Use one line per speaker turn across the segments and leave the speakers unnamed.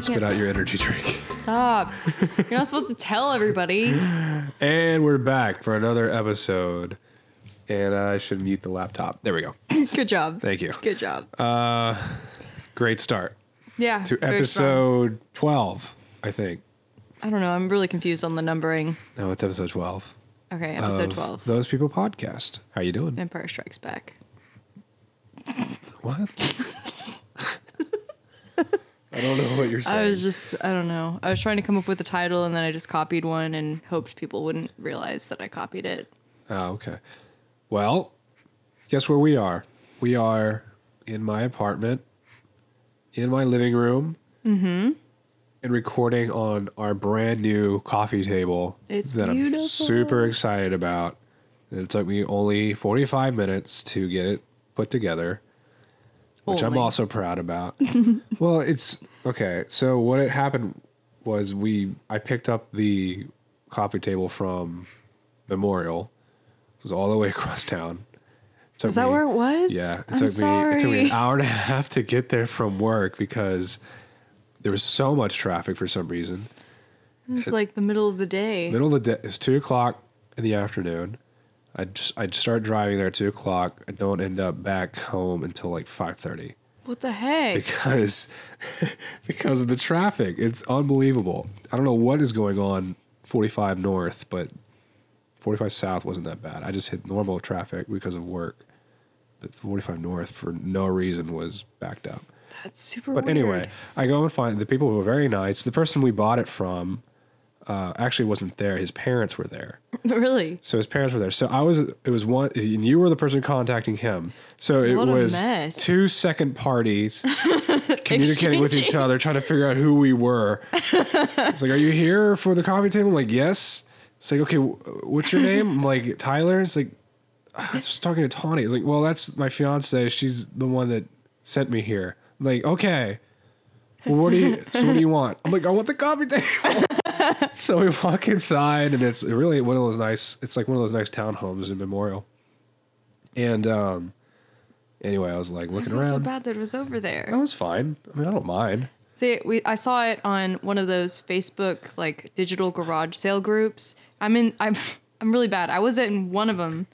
spit out your energy drink.
Stop. You're not supposed to tell everybody.
And we're back for another episode. And I should mute the laptop. There we go.
Good job.
Thank you.
Good job.
Great start
yeah.
to
very strong.
episode 12, I think.
I don't know. I'm really confused on the numbering.
No, it's episode 12.
Okay, episode
of
12.
Those People podcast. How you doing?
Empire Strikes Back.
What? I don't know what you're saying.
I was just, I don't know. I was trying to come up with a title and then I just copied one and hoped people wouldn't realize that I copied it.
Oh, okay. Well, guess where we are? We are in my apartment, in my living room,
Mm-hmm.
and recording on our brand new coffee table
It's
that
beautiful.
I'm super excited about. And it took me only 45 minutes to get it put together, which I'm
Only.
also proud about. well, it's okay. So what had happened was we I picked up the coffee table from Memorial. It was all the way across town. Took
Is that
me-
where it was?
Yeah, it
I'm
took
sorry.
me it took me an hour and a half to get there from work because there was so much traffic for some reason.
It was like the middle of the day.
Middle of the day, it's two o'clock in the afternoon. I just I start driving there at two o'clock. I don't end up back home until like five thirty.
What the heck?
because because of the traffic. It's unbelievable. I don't know what is going on 45 north, but 45 south wasn't that bad. I just hit normal traffic because of work. But 45 north for no reason was backed up.
That's super
But
weird.
anyway, I go and find the people were very nice. The person we bought it from uh, actually wasn't there. His parents were there.
really?
So his parents were there. So I was. It was one, and you were the person contacting him. So it
What a
was
mess.
two second parties communicating with each other, trying to figure out who we were. it's like, are you here for the coffee table? I'm like, yes. It's like, okay, wh- what's your name? I'm like, Tyler. It's like, "Ah, I was just talking to Tawny. It's like, well, that's my fiance. She's the one that sent me here. I'm like, okay. Well, what do you? So what do you want? I'm like, I want the coffee table. So we walk inside, and it's really one of those nice. It's like one of those nice townhomes in Memorial. And um, anyway, I was like looking
I feel so
around.
bad that it was over there.
That was fine. I mean, I don't mind.
See, we I saw it on one of those Facebook like digital garage sale groups. I'm in. I'm I'm really bad. I was in one of them,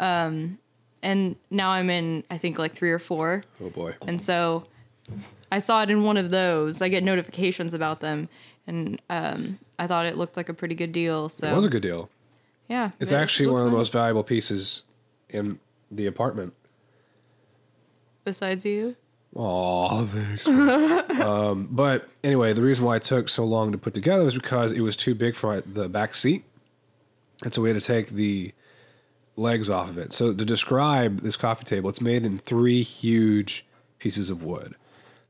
um, and now I'm in. I think like three or four.
Oh boy.
And so I saw it in one of those. I get notifications about them, and um, I thought it looked like a pretty good deal. So
It was a good deal.
yeah,
It's
it
actually one of
looks
the
nice.
most valuable pieces in the apartment.
Besides you,
Oh, thanks. man. um, but anyway, the reason why it took so long to put together was because it was too big for my, the back seat, and so we had to take the legs off of it. So to describe this coffee table, it's made in three huge pieces of wood.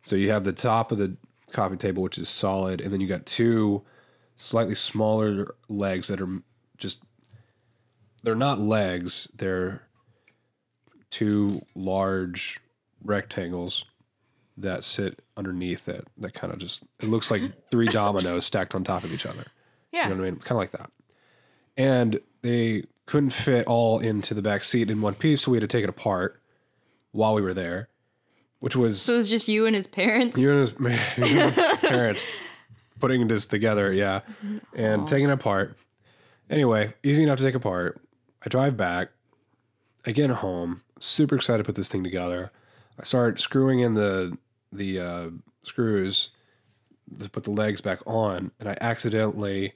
So you have the top of the coffee table, which is solid, and then you got two slightly smaller legs that are just they're not legs; they're two large rectangles that sit underneath it that kind of just it looks like three dominoes stacked on top of each other.
yeah,
You know what I mean? It's kind of like that. And they couldn't fit all into the back seat in one piece, so we had to take it apart while we were there, which was
so it was just you and his parents.
you and his, you and his parents putting this together, yeah, and taking it apart. Anyway, easy enough to take apart. I drive back, I get home, super excited to put this thing together. I start screwing in the the uh, screws to put the legs back on, and I accidentally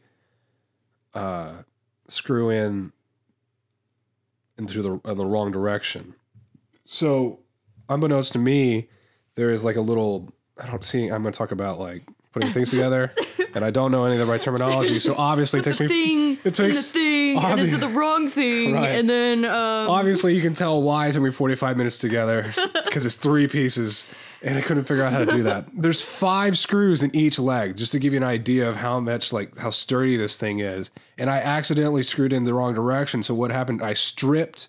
uh, screw in into the in the wrong direction. So, unbeknownst to me, there is like a little I don't see I'm gonna talk about like putting things together and I don't know any of the right terminology. So obviously it takes
The
me
thing
it
and the
takes-
thing and is
obvi-
it the wrong thing
Right.
and then um,
obviously you can tell why it took me 45 minutes together because it's three pieces and I couldn't figure out how to do that. There's five screws in each leg, just to give you an idea of how much like how sturdy this thing is. And I accidentally screwed in the wrong direction. So what happened? I stripped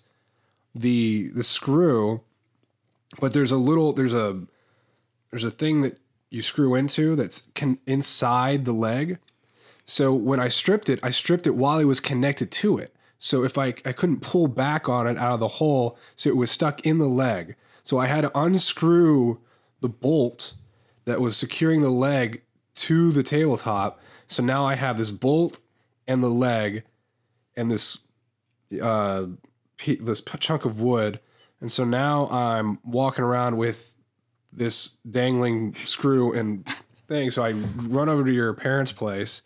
the the screw, but there's a little there's a there's a thing that you screw into that's can inside the leg. So when I stripped it, I stripped it while it was connected to it. So if I I couldn't pull back on it out of the hole, so it was stuck in the leg. So I had to unscrew the bolt that was securing the leg to the tabletop. So now I have this bolt and the leg and this uh, pe- this p- chunk of wood, and so now I'm walking around with this dangling screw and thing. So I run over to your parents' place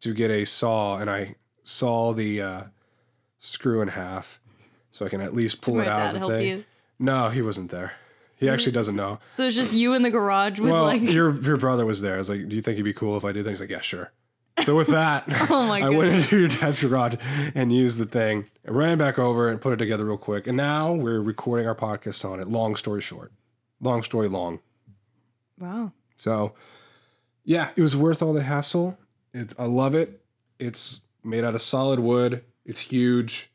to get a saw, and I saw the uh, screw in half, so I can at least pull
my
it out
dad
of the
help
thing.
you. Mm.
No, he wasn't there. He actually doesn't know.
So it's just you in the garage with
Well,
like
your your brother was there. I was like, "Do you think it'd be cool if I did things?" He's like, "Yeah, sure." So with that,
Oh my
I went into your dad's garage and used the thing, ran back over and put it together real quick, and now we're recording our podcast on it. Long story short, long story long.
wow.
So, yeah, it was worth all the hassle. It, I love it. It's made out of solid wood. It's huge.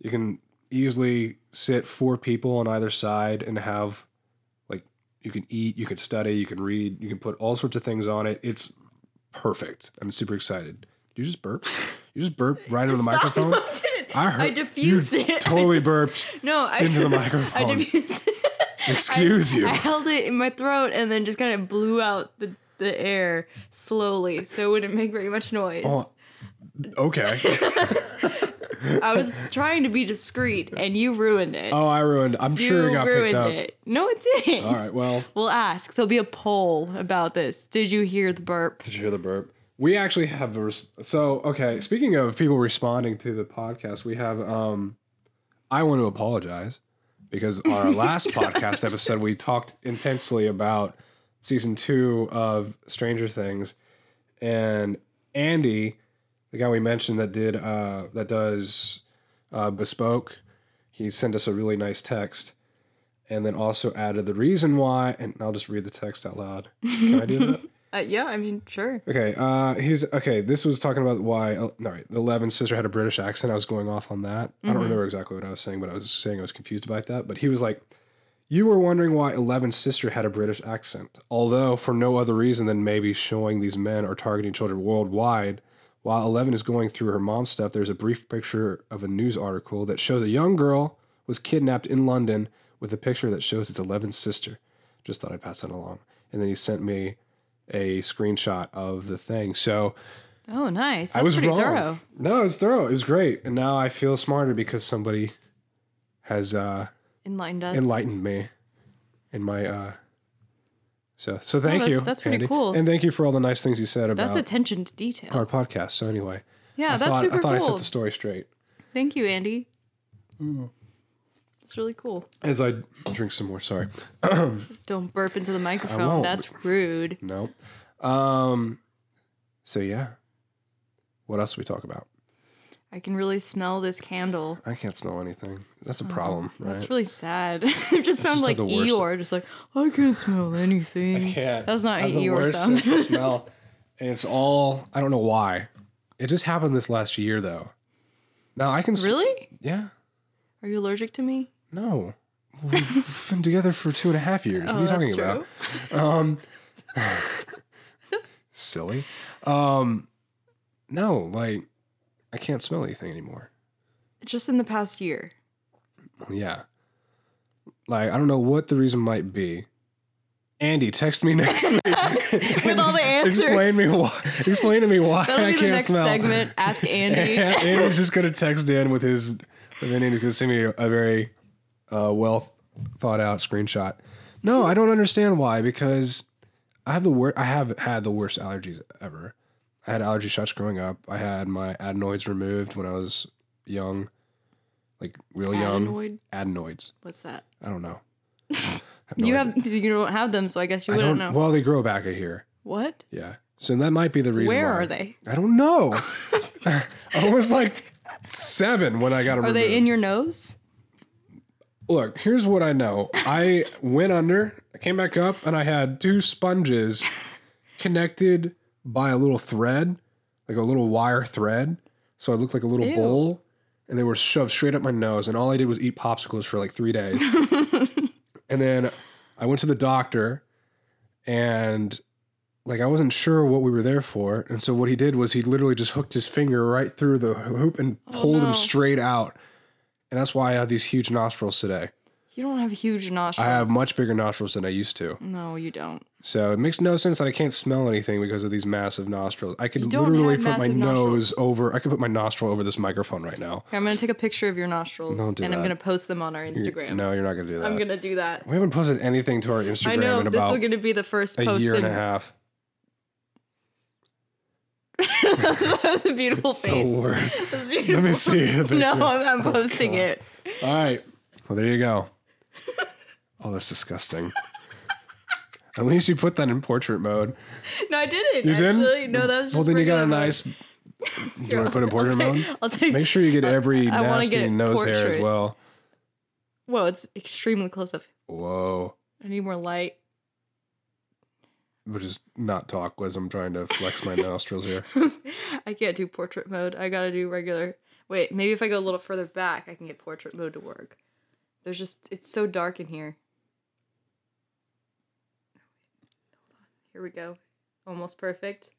You can easily sit four people on either side and have, like, you can eat, you can study, you can read, you can put all sorts of things on it. It's perfect. I'm super excited. Did you just burp? You just burp right into the microphone.
I didn't.
I
I,
heard-
diffused
you
it. I
Totally
di-
burped.
no, I,
into the
I
microphone.
diffused it.
Excuse
I,
you.
I held it in my throat and then just kind of blew out the, the air slowly so it wouldn't make very much noise.
Oh, okay.
I was trying to be discreet and you ruined it.
Oh, I ruined. I'm
you
sure it got
ruined
picked up.
it. No, it didn't.
All right. Well,
We'll ask. There'll be a poll about this. Did you hear the burp?
Did you hear the burp? We actually have a res- so okay. Speaking of people responding to the podcast, we have. um I want to apologize because on our last podcast episode, we talked intensely about season two of Stranger Things, and Andy, the guy we mentioned that did uh, that does uh, bespoke, he sent us a really nice text, and then also added the reason why. And I'll just read the text out loud. Can I do that?
Uh, yeah, I mean, sure.
Okay, uh, he's okay. This was talking about why. Oh, no, right, the Levin's sister had a British accent. I was going off on that. I don't remember exactly what I was saying, but I was saying I was confused about that. But he was like, "You were wondering why Eleven's sister had a British accent, although for no other reason than maybe showing these men are targeting children worldwide." While Eleven is going through her mom's stuff, there's a brief picture of a news article that shows a young girl was kidnapped in London with a picture that shows it's Eleven's sister. Just thought I'd pass that along. And then he sent me a screenshot of the thing. So
Oh, nice. That's
I was
pretty
wrong.
thorough.
No, it was thorough. It was great. And now I feel smarter because somebody has uh,
Enlightened us.
enlightened me in my. Uh, so, so thank
Oh, that-
you.
that's pretty
Andy.
cool.
And thank you for all the nice things you said
That's
about
attention to detail.
our podcast. So anyway,
yeah,
I
that's
thought
super
I thought I
cool.
set the story straight
Thank you, Andy. It's really cool.
as I drink some more. Sorry.
Don't burp into the microphone.
won't.
That's rude.
No. Um. So yeah. What else do we talk about?
I can really smell this candle.
I can't smell anything. That's a problem, right?
Oh, That's really sad. it just sounds
like
like
the worst.
Eeyore, just like, I can't smell anything.
can't.
That's not
I have
how
the
Eeyore
worst
sounds.
sense of smell. And it's all I don't know why. It just happened this last year though. Now I can s-
Really?
yeah.
Are you allergic to me?
No. We've been together for two and a half years.
Oh,
what are you talking about? Um silly. Um no, like I can't smell anything anymore.
Just in the past year.
Yeah. Like I don't know what the reason might be. Andy, text me next week.
With all the answers.
Explain me why. Explain to me why
That'll
I
be
can't
the next
smell.
segment. Ask Andy.
And Andy's just gonna text in with his, and then Andy's gonna send me a very uh, well thought out screenshot. No, I don't understand why because I have the worst. I have had the worst allergies ever. I had allergy shots growing up. I had my adenoids removed when I was young, like real young.
Adenoid?
Adenoids.
What's that?
I don't know. I
you
no idea.
have you don't have them, so I guess you
I
wouldn't
don't
know.
Well, they grow back. I hear.
what?
Yeah. So that might be the reason.
Where
why.
are they?
I don't know. I was like seven when I got them.
Are they in your nose?
Look, here's what I know. I went under, I came back up, and I had two sponges connected by a little thread, like a little wire thread. So I looked like a little
Ew.
bowl, and they were shoved straight up my nose. And all I did was eat popsicles for like three days. and then I went to the doctor, and like I wasn't sure what we were there for. And so what he did was he literally just hooked his finger right through the hoop and pulled
Oh, no.
him straight out. And that's why I have these huge nostrils today.
You don't have huge nostrils.
I have much bigger nostrils than I used to.
No, you don't.
So it makes no sense that I can't smell anything because of these massive nostrils. I could
don't
literally
have
put my
massive
nose over, I could put my nostril over this microphone right now.
Here, I'm gonna take a picture of your nostrils
Don't do
and I'm
that.
gonna post them on our Instagram.
No, you're not going to do that.
I'm gonna do that.
we haven't posted anything to our Instagram
I know
in
this
about
is gonna be the first
a
post.
year and a
in-
half.
That's a beautiful face.
The word.
That's beautiful.
Let me see the picture. Oh,
No, I'm, I'm posting it.
All right. Well, there you go. Oh, that's disgusting. At least you put that in portrait mode.
No, I didn't.
You did?
actually. No, that was just
Well, then you got
regular
a
mode.
nice. Do you want to put in portrait
I'll
mode?
take, I'll take-
Make sure you get every
I wanna
nasty
get
nose hair as
portrait.
well.
Whoa, it's extremely close up.
Whoa.
I need more light.
Which is not talk as I'm trying to flex my nostrils here.
I can't do portrait mode. I gotta do regular. Wait, maybe if I go a little further back, I can get portrait mode to work. There's just it's so dark in here. Here we go. Almost perfect.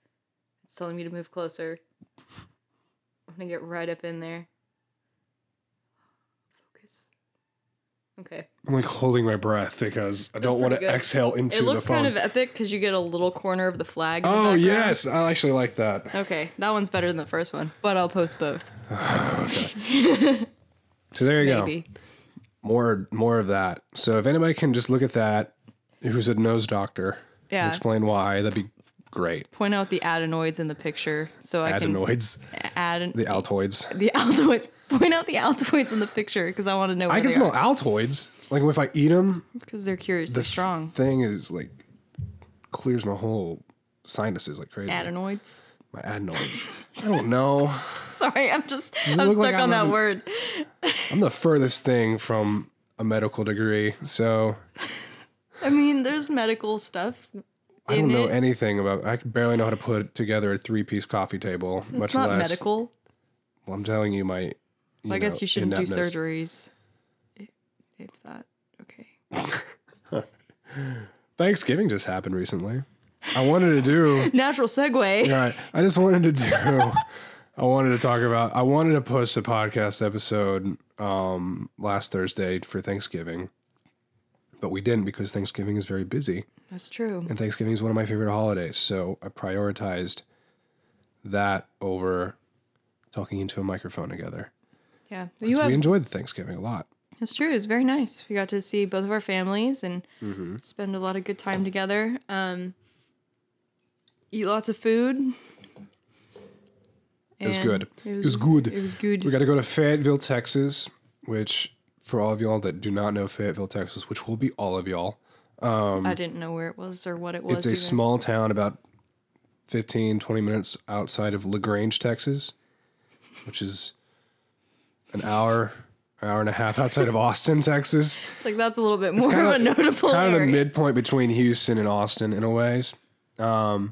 It's telling me to move closer. I'm gonna get right up in there. Focus. Okay.
I'm like holding my breath because I don't want to
pretty good.
exhale into
It looks
the phone.
kind of epic because you get a little corner of the flag. in the
oh,
background.
yes. I actually like that.
Okay, that one's better than the first one, but I'll post both.
So there you go.
Maybe.
More more of that. So if anybody can just look at that, who's a nose doctor,
Yeah.
explain why, that'd be great.
Point out the adenoids in the picture so I
Adenoids,
can add an,
the altoids.
the altoids. Point out the altoids in the picture because I want to know. Where
I can
they
smell altoids. Like if I eat them,
because they're curiously
the
strong.
thing is like clears my whole sinuses like crazy.
Adenoids.
My adenoids. I don't know.
Sorry, I'm just I'm
it
stuck
look like
on
I'm
that
having-
word.
I'm the furthest thing from a medical degree, so
I mean, there's medical stuff.
I don't
in
know
it.
anything about. I barely know how to put together a three-piece coffee table, much
It's not
less.
medical.
Well, I'm telling you, my. you
I
know,
guess you shouldn't do
ineptness.
surgeries. If, if that okay.
Thanksgiving just happened recently. I wanted to do.
Natural segue.
All right. I just wanted to do. I wanted to talk about. I wanted to post a podcast episode um, last Thursday for Thanksgiving, but we didn't because Thanksgiving is very busy,
That's true.
and Thanksgiving is one of my favorite holidays. So I prioritized that over talking into a microphone together.
Yeah,
'Cause
you have
we enjoyed Thanksgiving a lot.
It's true. It's very nice. We got to see both of our families and
Mm-hmm.
spend a lot of good time together. Um, eat lots of food.
It was
And
good.
It
It was good.
It was good.
We got to go to Fayetteville, Texas, which for all of y'all that do not know Fayetteville, Texas, which will be all of y'all,
I didn't know where it was or what it was.
it's a
even.
small town about 15, 20 minutes outside of LaGrange, Texas, which is an hour, hour and a half outside of Austin, Texas.
It's like that's a little bit more of a
kinda-
notable
Kind of the
area.
midpoint between Houston and Austin in a ways. Um,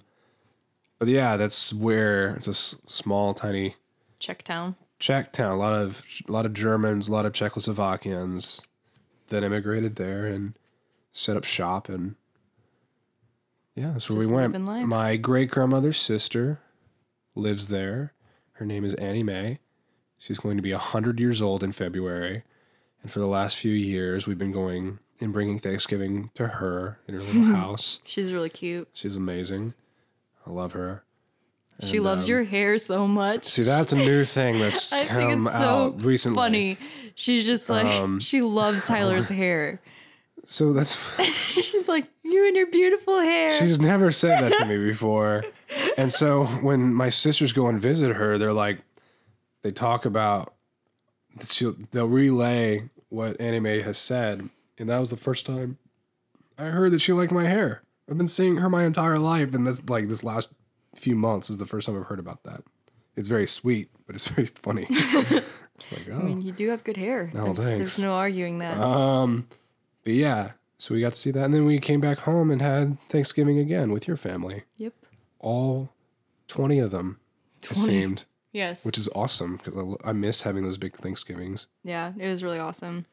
but yeah, that's where it's a s- small, tiny
Czech town.
Czech town. A lot of a lot of Germans, a lot of Czechoslovakians that immigrated there and set up shop and yeah, that's where
Just
we went.
living life.
My great grandmother's sister lives there. Her name is Annie Mae. She's going to be hundred years old in February, and for the last few years, we've been going and bringing Thanksgiving to her in her little house.
She's really cute.
She's amazing. I love her.
she
And,
loves
um,
your hair so much.
See, that's a new thing that's
I
come
think it's so
out recently.
funny. She's just like
Um,
she loves Tyler's hair.
So that's
She's like you and your beautiful hair.
she's never said that to me before. And so when my sisters go and visit her, they're like they talk about she'll, they'll relay what anime has said, and that was the first time I heard that she liked my hair. I've been seeing her my entire life, and this like this last few months is the first time I've heard about that. It's very sweet, but it's very funny. it's like, oh.
I mean, you do have good hair.
Oh,
there's, there's
thanks.
no arguing that.
Um, but yeah, so we got to see that, and then we came back home and had Thanksgiving again with your family,
yep.
all twenty of them. It
20.
seemed,
Yes.
which is awesome because I, lo- I miss having those big Thanksgivings.
yeah, it was really awesome.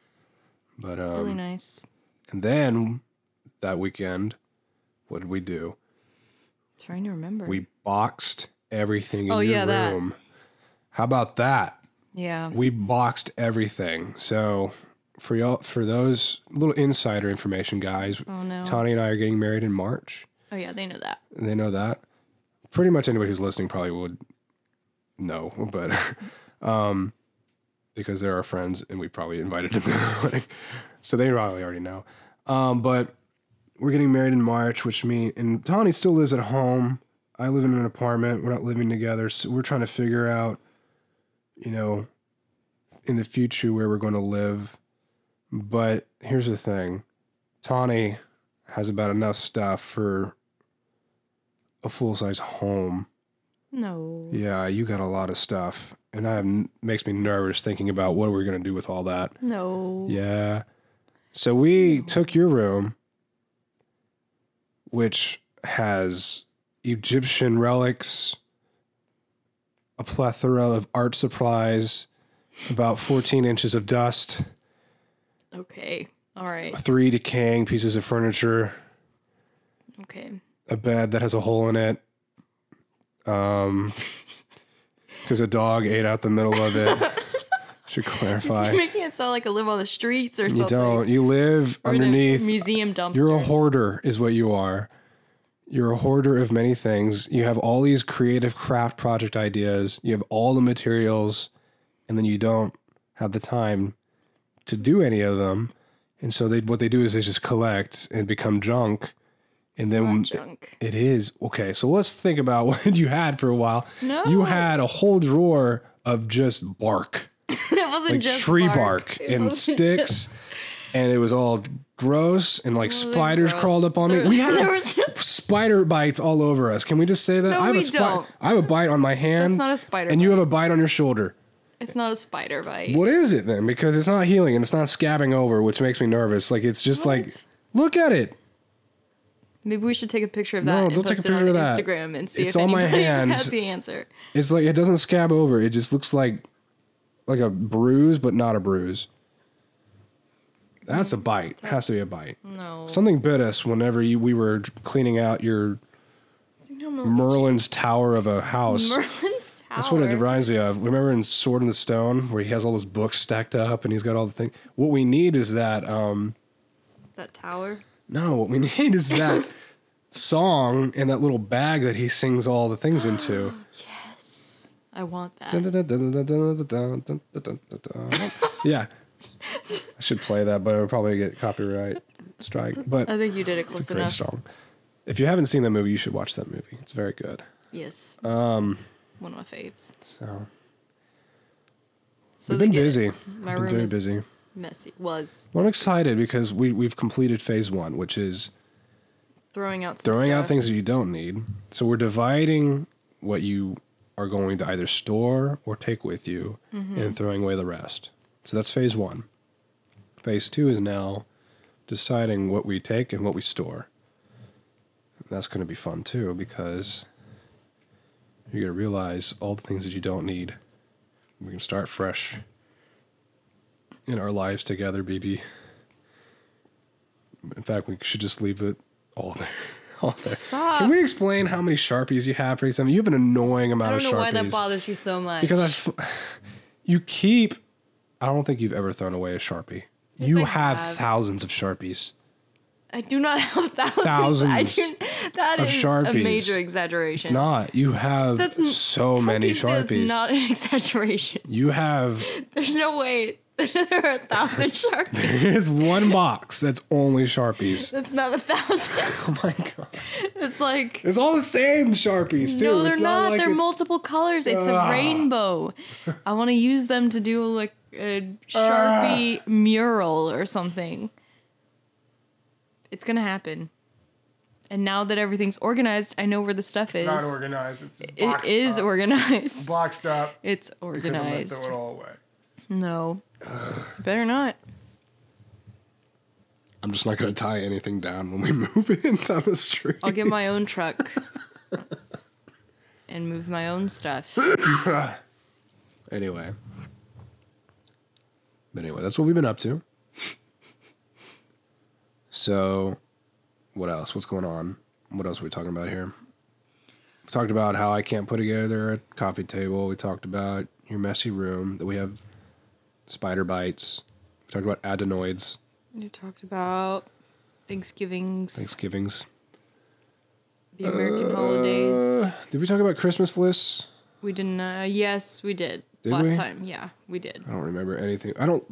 But um,
Really nice.
and then that weekend, what did we do?
trying to remember.
We boxed everything in
Oh,
your
yeah, that.
room. How about that?
yeah.
We boxed everything. So for y'all for those little insider information, guys.
Oh no.
Tani and I are getting married in March.
Oh yeah, they know that.
They know that. Pretty much anybody who's listening probably would know, but um, because they're our friends and we probably invited them to the wedding, so they probably already know. Um, but we're getting married in March, which means and Tani still lives at home. I live in an apartment. We're not living together, so we're trying to figure out, you know, in the future where we're going to live. But here's the thing, Tawny has about enough stuff for a full size home.
No.
Yeah, you got a lot of stuff, and that makes me nervous thinking about what we're gonna do with all that.
No.
Yeah. So we took your room, which has Egyptian relics, a plethora of art supplies, about 14 inches of dust,
Okay. All right.
three decaying pieces of furniture,
Okay.
a bed that has a hole in it. Um, because a dog ate out the middle of it. Should
You're
clarify.
making it sound like I live on the streets or
You
something.
don't. You live
Or in a
underneath
museum dumpster.
You're a hoarder, is what you are. You're a hoarder of many things. You have all these creative craft project ideas. You have all the materials, and then you don't have the time to do any of them. And so they, what they do is they just collect and become junk. And then
Not junk.
it is okay. So let's think about what you had for a while.
No.
You had a whole drawer of just bark
it wasn't
like
just
tree bark,
It
and
wasn't
sticks,
just-
and it was all gross and like
it was
spiders
gross.
crawled up on
There
me. We
was-
had
there was-
spider bites all over us. Can we just say that?
No,
I have a
we don't.
I have a bite on my hand.
That's not a spider
And you have a bite on your shoulder.
it's not a spider bite.
What is it then? Because it's not healing and it's not scabbing over, which makes me nervous. Like it's just like,
What?
look at it.
Maybe we should take a picture of that
No,
and
don't
post
take a
it on
picture of that.
Instagram and see
It's
if
on my
anybody
hand.
has the answer.
It's like it doesn't scab over. It just looks like like a bruise, but not a bruise. That's a bite. Has to be a bite.
No.
Something bit us whenever you, we were cleaning out your
No, Merlin-
Merlin's tower of a house.
Merlin's tower.
That's what it reminds me of. Remember in Sword in the Stone where he has all those books stacked up and he's got all the things. What we need is that. Um,
That tower.
no, what we need is that song and that little bag that he sings all the things into.
Yes. I want that.
yeah, I should play that, but it would probably get copyright strike. But
I think you did it
it's
close
a great
enough.
song. If you haven't seen that movie, you should watch that movie. It's very good.
Yes.
Um,
One of my faves.
so
So
we've
they
been
get it.
busy.
My
Been
room
very
is
busy.
messy. Was
Well, I'm excited because we we've completed phase one, which is
throwing out some
throwing out
stuff.
things that you don't need. So we're dividing what you are going to either store or take with you, and throwing away the rest. So that's phase one. Phase two is now deciding what we take and what we store. And that's going to be fun too because you're going to realize all the things that you don't need. We can start fresh in our lives together, BB. In fact, we should just leave it all there. All there.
Stop.
Can we explain how many Sharpies you have for example? You have an annoying
I
amount
don't
of
know
Sharpies.
why that bothers you so much.
because I, f- you keep. I don't think you've ever thrown away a Sharpie.
Yes,
you
I
have,
have.
thousands of Sharpies.
I do not have thousands. I
Thousands
do, that
of
is a
Sharpies.
major exaggeration.
It's not. You have
That's n-
so
How can
many
you say that's
Sharpies.
not an exaggeration.
you have.
There's no way there are a thousand sharpies.
Here's one box that's only Sharpies.
That's not a thousand.
Oh my god.
It's like
It's all the same Sharpies, too.
no,
It's
they're not.
like
they're
it's- Ah.
multiple colors. It's
Ugh.
a rainbow. I want to use them to do like a
Ah.
sharpie mural or something. It's gonna happen. And now that everything's organized, I know where the stuff is.
not organized. It's just
It
boxed
is
up.
organized.
boxed up.
It's
'cause I'm gonna
organized.
Throw it all away.
No. Better not.
I'm just not going to tie anything down when we move in down the street.
I'll get my own truck and move my own stuff.
Anyway. But anyway, that's what we've been up to. So, what else? What's going on? What else are we talking about here? We talked about how I can't put together a coffee table. We talked about your messy room that we have spider bites, We talked about adenoids,
You talked about Thanksgivings,
Thanksgivings.
the American holidays.
Uh, did we talk about Christmas lists?
We didn't. Uh, yes, we did,
Did
last
we? Oh.
time. Yeah, we did.
I don't remember anything. I don't.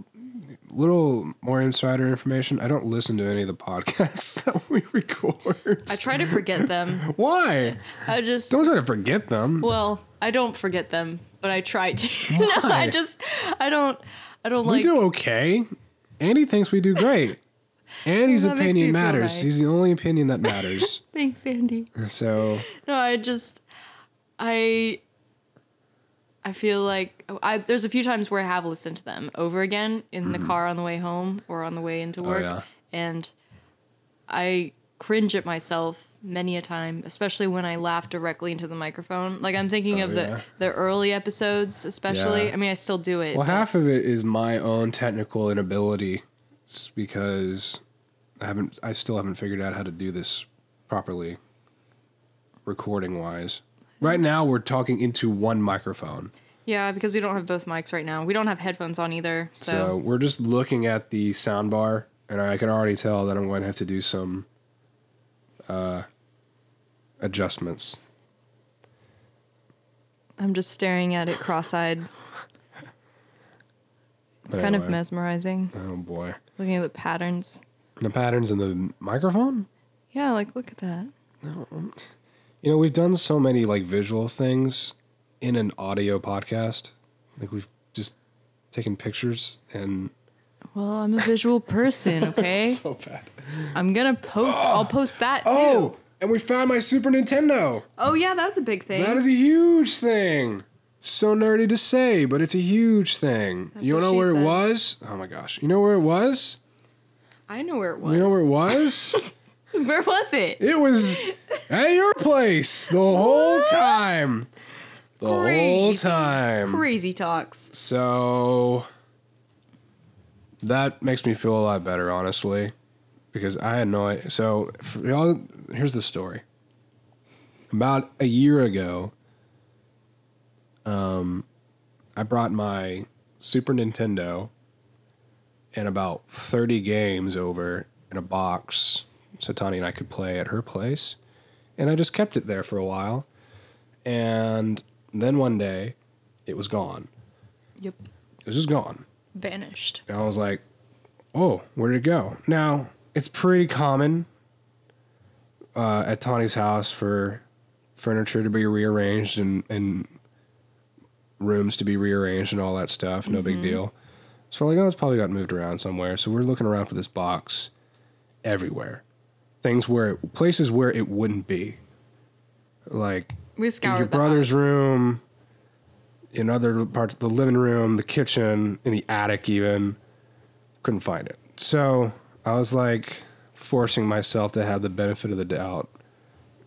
Little more insider information. I don't listen to any of the podcasts that we record.
I try to forget them.
Why?
I just
Don't try to forget them.
well, I don't forget them, but I try to. No, I
Why?
just I don't I don't
we
like
do okay. Andy thinks we do great. Andy's
Well, that makes
opinion
you feel
matters.
nice.
He's the only opinion that matters.
Thanks, Andy.
so
No, I just I I feel like I there's a few times where I have listened to them over again in the car on the way home or on the way into work
Mm-hmm. Oh, yeah.
and I cringe at myself many a time, especially when I laugh directly into the microphone. Like I'm thinking of the
Oh, yeah.
the early episodes especially.
Yeah.
I mean, I still do it.
Well,
but-
half of it is my own technical inability. It's because I haven't, I still haven't figured out how to do this properly, recording wise. Right now, we're talking into one microphone,
Yeah, because we don't have both mics right now. We don't have headphones on either. So,
so, we're just looking at the sound bar, and I can already tell that I'm going to have to do some uh, adjustments.
I'm just staring at it cross-eyed. It's kind of
Anyway.
mesmerizing
Oh boy,
looking at the patterns.
the patterns in the microphone.
Yeah, like look at that.
You know, we've done so many like visual things in an audio podcast. Like we've just taken pictures and
Well, I'm a visual person, okay?
so bad.
I'm gonna post. I'll post that too. Oh,
Oh, and we found my Super Nintendo.
yeah, that was a big thing.
That is a huge thing. It's so nerdy to say, but it's a huge thing. you
what
know
she
where
said.
it was? Oh my gosh. You know where it was?
I know where it was.
You know where it was?
Where was it?
it was at your place the whole
What?
time. The whole
Crazy.
time.
Crazy talks.
So that makes me feel a lot better, honestly, because I had no. i- So for y'all, here's the story. About a year ago, um, I brought my Super Nintendo and about 30 games over in a box so Tani and I could play at her place, and I just kept it there for a while, and then one day, it was gone
Yep.
it was just gone.
Vanished.
And I was like, oh, where'd it go? Now, it's pretty common uh, at Tawny's house for furniture to be rearranged and, and rooms to be rearranged and all that stuff. No big deal. So we're like, oh, it's probably got moved around somewhere. So we're looking around for this box everywhere. Things where, it, places where it wouldn't be. Like,
We scoured
your
the
brother's
house.
room, in other parts of the living room, the kitchen, in the attic, even couldn't find it. So I was like forcing myself to have the benefit of the doubt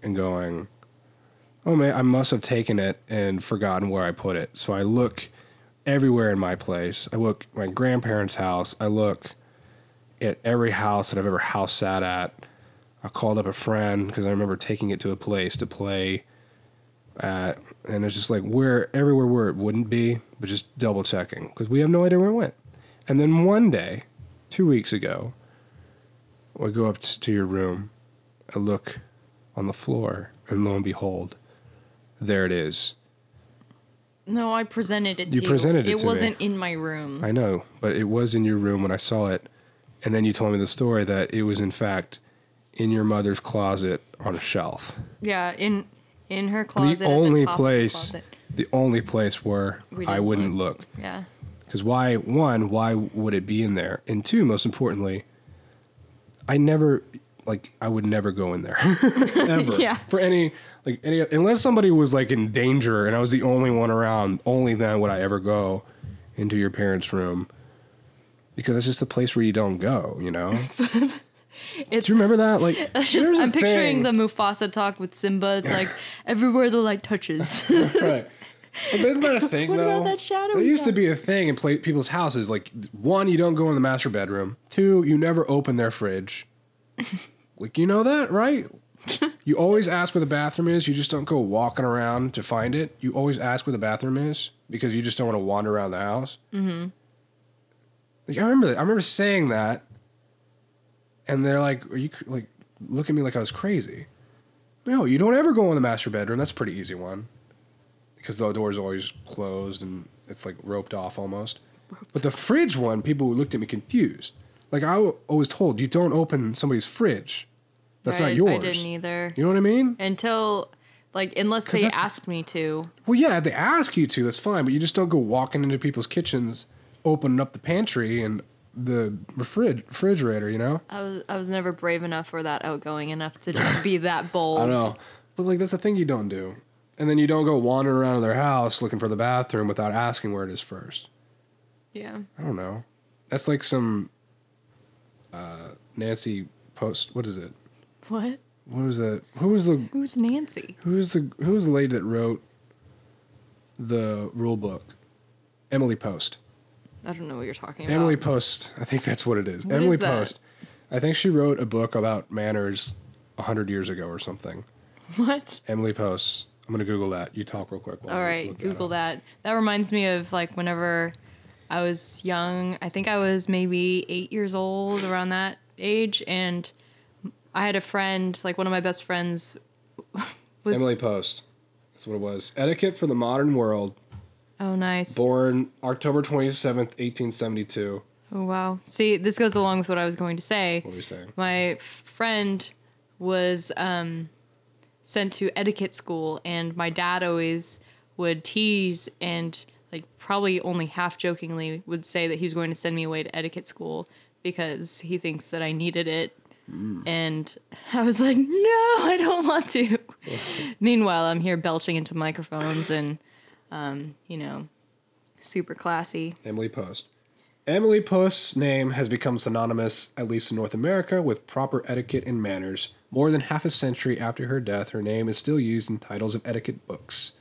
and going, "Oh man, I must have taken it and forgotten where I put it." So I look everywhere in my place. I look at my grandparents' house. I look at every house that I've ever house sat at. I called up a friend because I remember taking it to a place to play at, and it's just like where everywhere where it wouldn't be, but just double checking because we have no idea where it went. And then one day, two weeks ago, I go up t- to your room, I look on the floor, and lo and behold, there it is.
No, I presented it to
You
you.
presented it
It
to me.
wasn't in my room.
I know, but it was in your room when I saw it. And then you told me the story that it was, in fact, in your mother's closet on a shelf.
Yeah, in in her
The
closet. at
only
top of the
place,
closet.
the only place where
We
I
didn't
wouldn't look.
Yeah.
Because why? One, why would it be in there? And two, most importantly, I never like I would never go in there ever
Yeah.
for any like any unless somebody was like in danger and I was the only one around. Only then would I ever go into your parents' room because that's just the place where you don't go. You know? Do
It's
you remember that? Like, there's a
I'm picturing
thing-
the Mufasa talk with Simba. It's like everywhere the light touches.
right. But isn't that a thing
What
though?
about that shadow
There
we
used to
got?
be a thing in pla people's houses. Like one, you don't go in the master bedroom. Two, you never open their fridge. like you know that, right? you always ask where the bathroom is. You just don't go walking around to find it. You always ask where the bathroom is because you just don't want to wander around the house. Mm-hmm. Like I remember that. I remember saying that, and they're like, "Are you cr- like look at me like I was crazy?" No, you don't ever go in the master bedroom. That's a pretty easy one, because the door's always closed and it's like roped off almost. But the fridge one, people looked at me confused. Like I w- always told, you don't open somebody's fridge. That's
Right,
not yours.
I didn't e- either.
You know what I mean?
Until like unless
'Cause
they
that's-
asked me to.
Well, yeah, they ask you to. That's fine, but you just don't go walking into people's kitchens, opening up the pantry and the refrig- refrigerator. You know?
I was I was never brave enough or that outgoing enough to just be that bold.
I know, but like that's the thing you don't do. And then you don't go wandering around to their house looking for the bathroom without asking where it is first.
Yeah.
I don't know. That's like some uh, Nancy post. What is it?
What?
What was that? Who was the
Who's Nancy?
who's the who was the lady that wrote the rule book? Emily Post.
I don't know what you're talking about.
Emily Post. I think that's what it is.
What
Emily
is that?
Post. I think she wrote a book about manners a hundred years ago or something.
What?
Emily Post. I'm gonna Google that. You talk real quick. while
All
I
right,
look that
Google
up.
that. That reminds me of like whenever I was young. I think I was maybe eight years old around that age, and I had a friend, like one of my best friends, was
Emily Post. That's what it was. Etiquette for the Modern World.
oh nice,
Born October 27th, 1872.
oh wow. See, this goes along with what I was going to say.
What were you saying?
my friend was um, sent to etiquette school, and my dad always would tease and, like, probably only half jokingly would say that he was going to send me away to etiquette school because he thinks that I needed it. And I was like, no, I don't want to. Meanwhile, I'm here belching into microphones and, um, you know, super classy.
Emily Post. Emily Post's name has become synonymous, at least in North America, with proper etiquette and manners. More than half a century after her death, her name is still used in titles of etiquette books.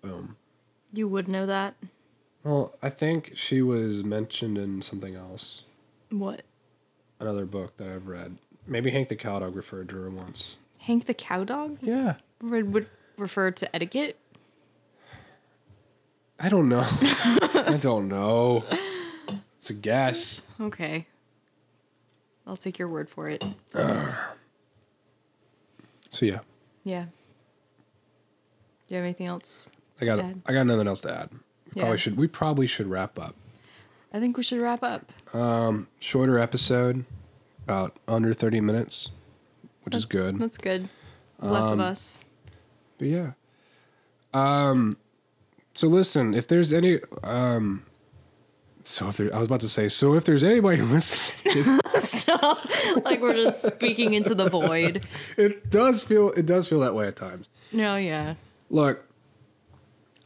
Boom.
You would know that.
Well, I think she was mentioned in something else,
What?
another book that I've read. Maybe Hank the Cowdog referred to her once.
Hank the cow dog?
Yeah.
would, would refer to etiquette.
I don't know. I don't know. It's a guess.
Okay. I'll take your word for it.
So yeah,
Yeah. Do you have anything else?
I got
Add.
I got nothing else to add. We
Yeah.
Probably should we probably should wrap up.
I think we should wrap up.
Shorter episode, about under thirty minutes, which is
That's-
good. Um,
That's good. Less of us.
But yeah. Um so listen, if there's any um so if there I was about to say, so if there's anybody listening,
like we're just speaking into the void.
it does feel it does feel that way at times.
No, yeah.
Look,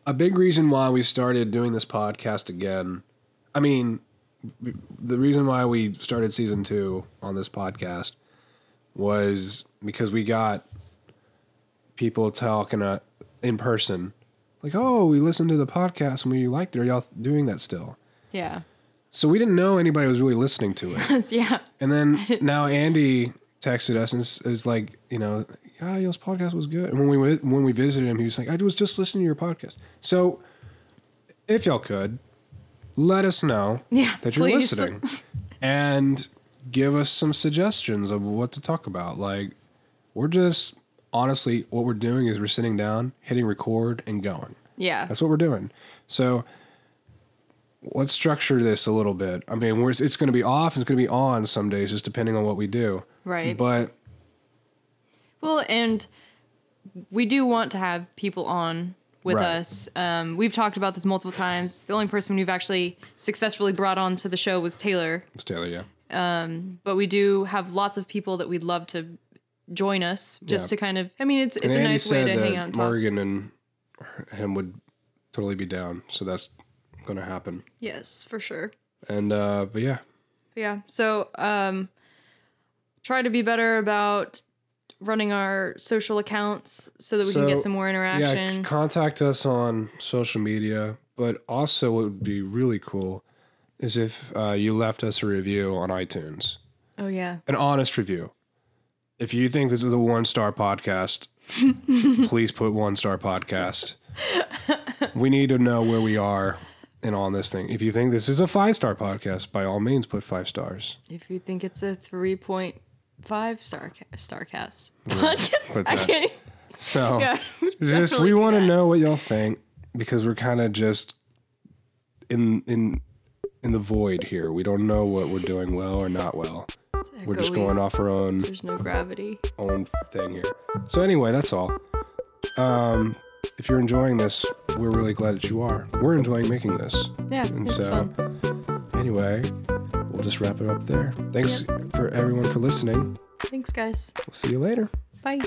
a big reason why we started doing this podcast again, I mean, b- the reason why we started season two on this podcast was because we got people talking uh, in person, like, oh, we listened to the podcast and we liked it. Are y'all doing that still?
Yeah.
So we didn't know anybody was really listening to it.
yeah.
And then now Andy texted us and s- is like, you know, yeah, y'all's podcast was good. And when we wi- when we visited him, he was like, I was just listening to your podcast. So, if y'all could, let us know
Yeah,
that you're
please.
listening, and give us some suggestions of what to talk about. Like, we're just honestly what we're doing is we're sitting down, hitting record, and going.
Yeah.
That's what we're doing. So let's structure this a little bit. I mean, we're, it's going to be off, it's going to be on some days, just depending on what we do.
Right.
But
Well, and we do want to have people on with
Right.
us. Um, we've talked about this multiple times. The only person we've actually successfully brought on to the show was Taylor,
it's Taylor, yeah.
but we do have lots of people that we'd love to join us just
Yeah.
to kind of I mean it's it's
and
a
Andy
nice way
said
to
that
hang out and talk.
Morgan and him would totally be down. So that's going to happen.
Yes, for sure.
And, uh, but yeah,
Yeah. So um try to be better about running our social accounts so that we can
So,
get some more
yeah, c-
interaction.
contact us on social media. But also, what would be really cool is if uh, you left us a review on iTunes.
oh yeah.
an honest review. If you think this is a one star podcast, please put one star podcast. We need to know where we are and on this thing. If you think this is a five star podcast, by all means, put five stars.
If you think it's a 3.5 star ca- starcast podcast,
put
I
that.
can't.
So
Yeah,
just
definitely
we
do
want to
that.
know what y'all think because we're kind of just in in in the void here. We don't know what we're doing well or not well. We're just going off our own
There's no gravity.
own thing here. So anyway, that's all. Um, if you're enjoying this, we're really glad that you are. We're enjoying making this.
Yeah,
And
it's
so-
fun.
Anyway, we'll just wrap it up there. Thanks for everyone for listening.
Thanks, guys.
We'll see you later.
Bye.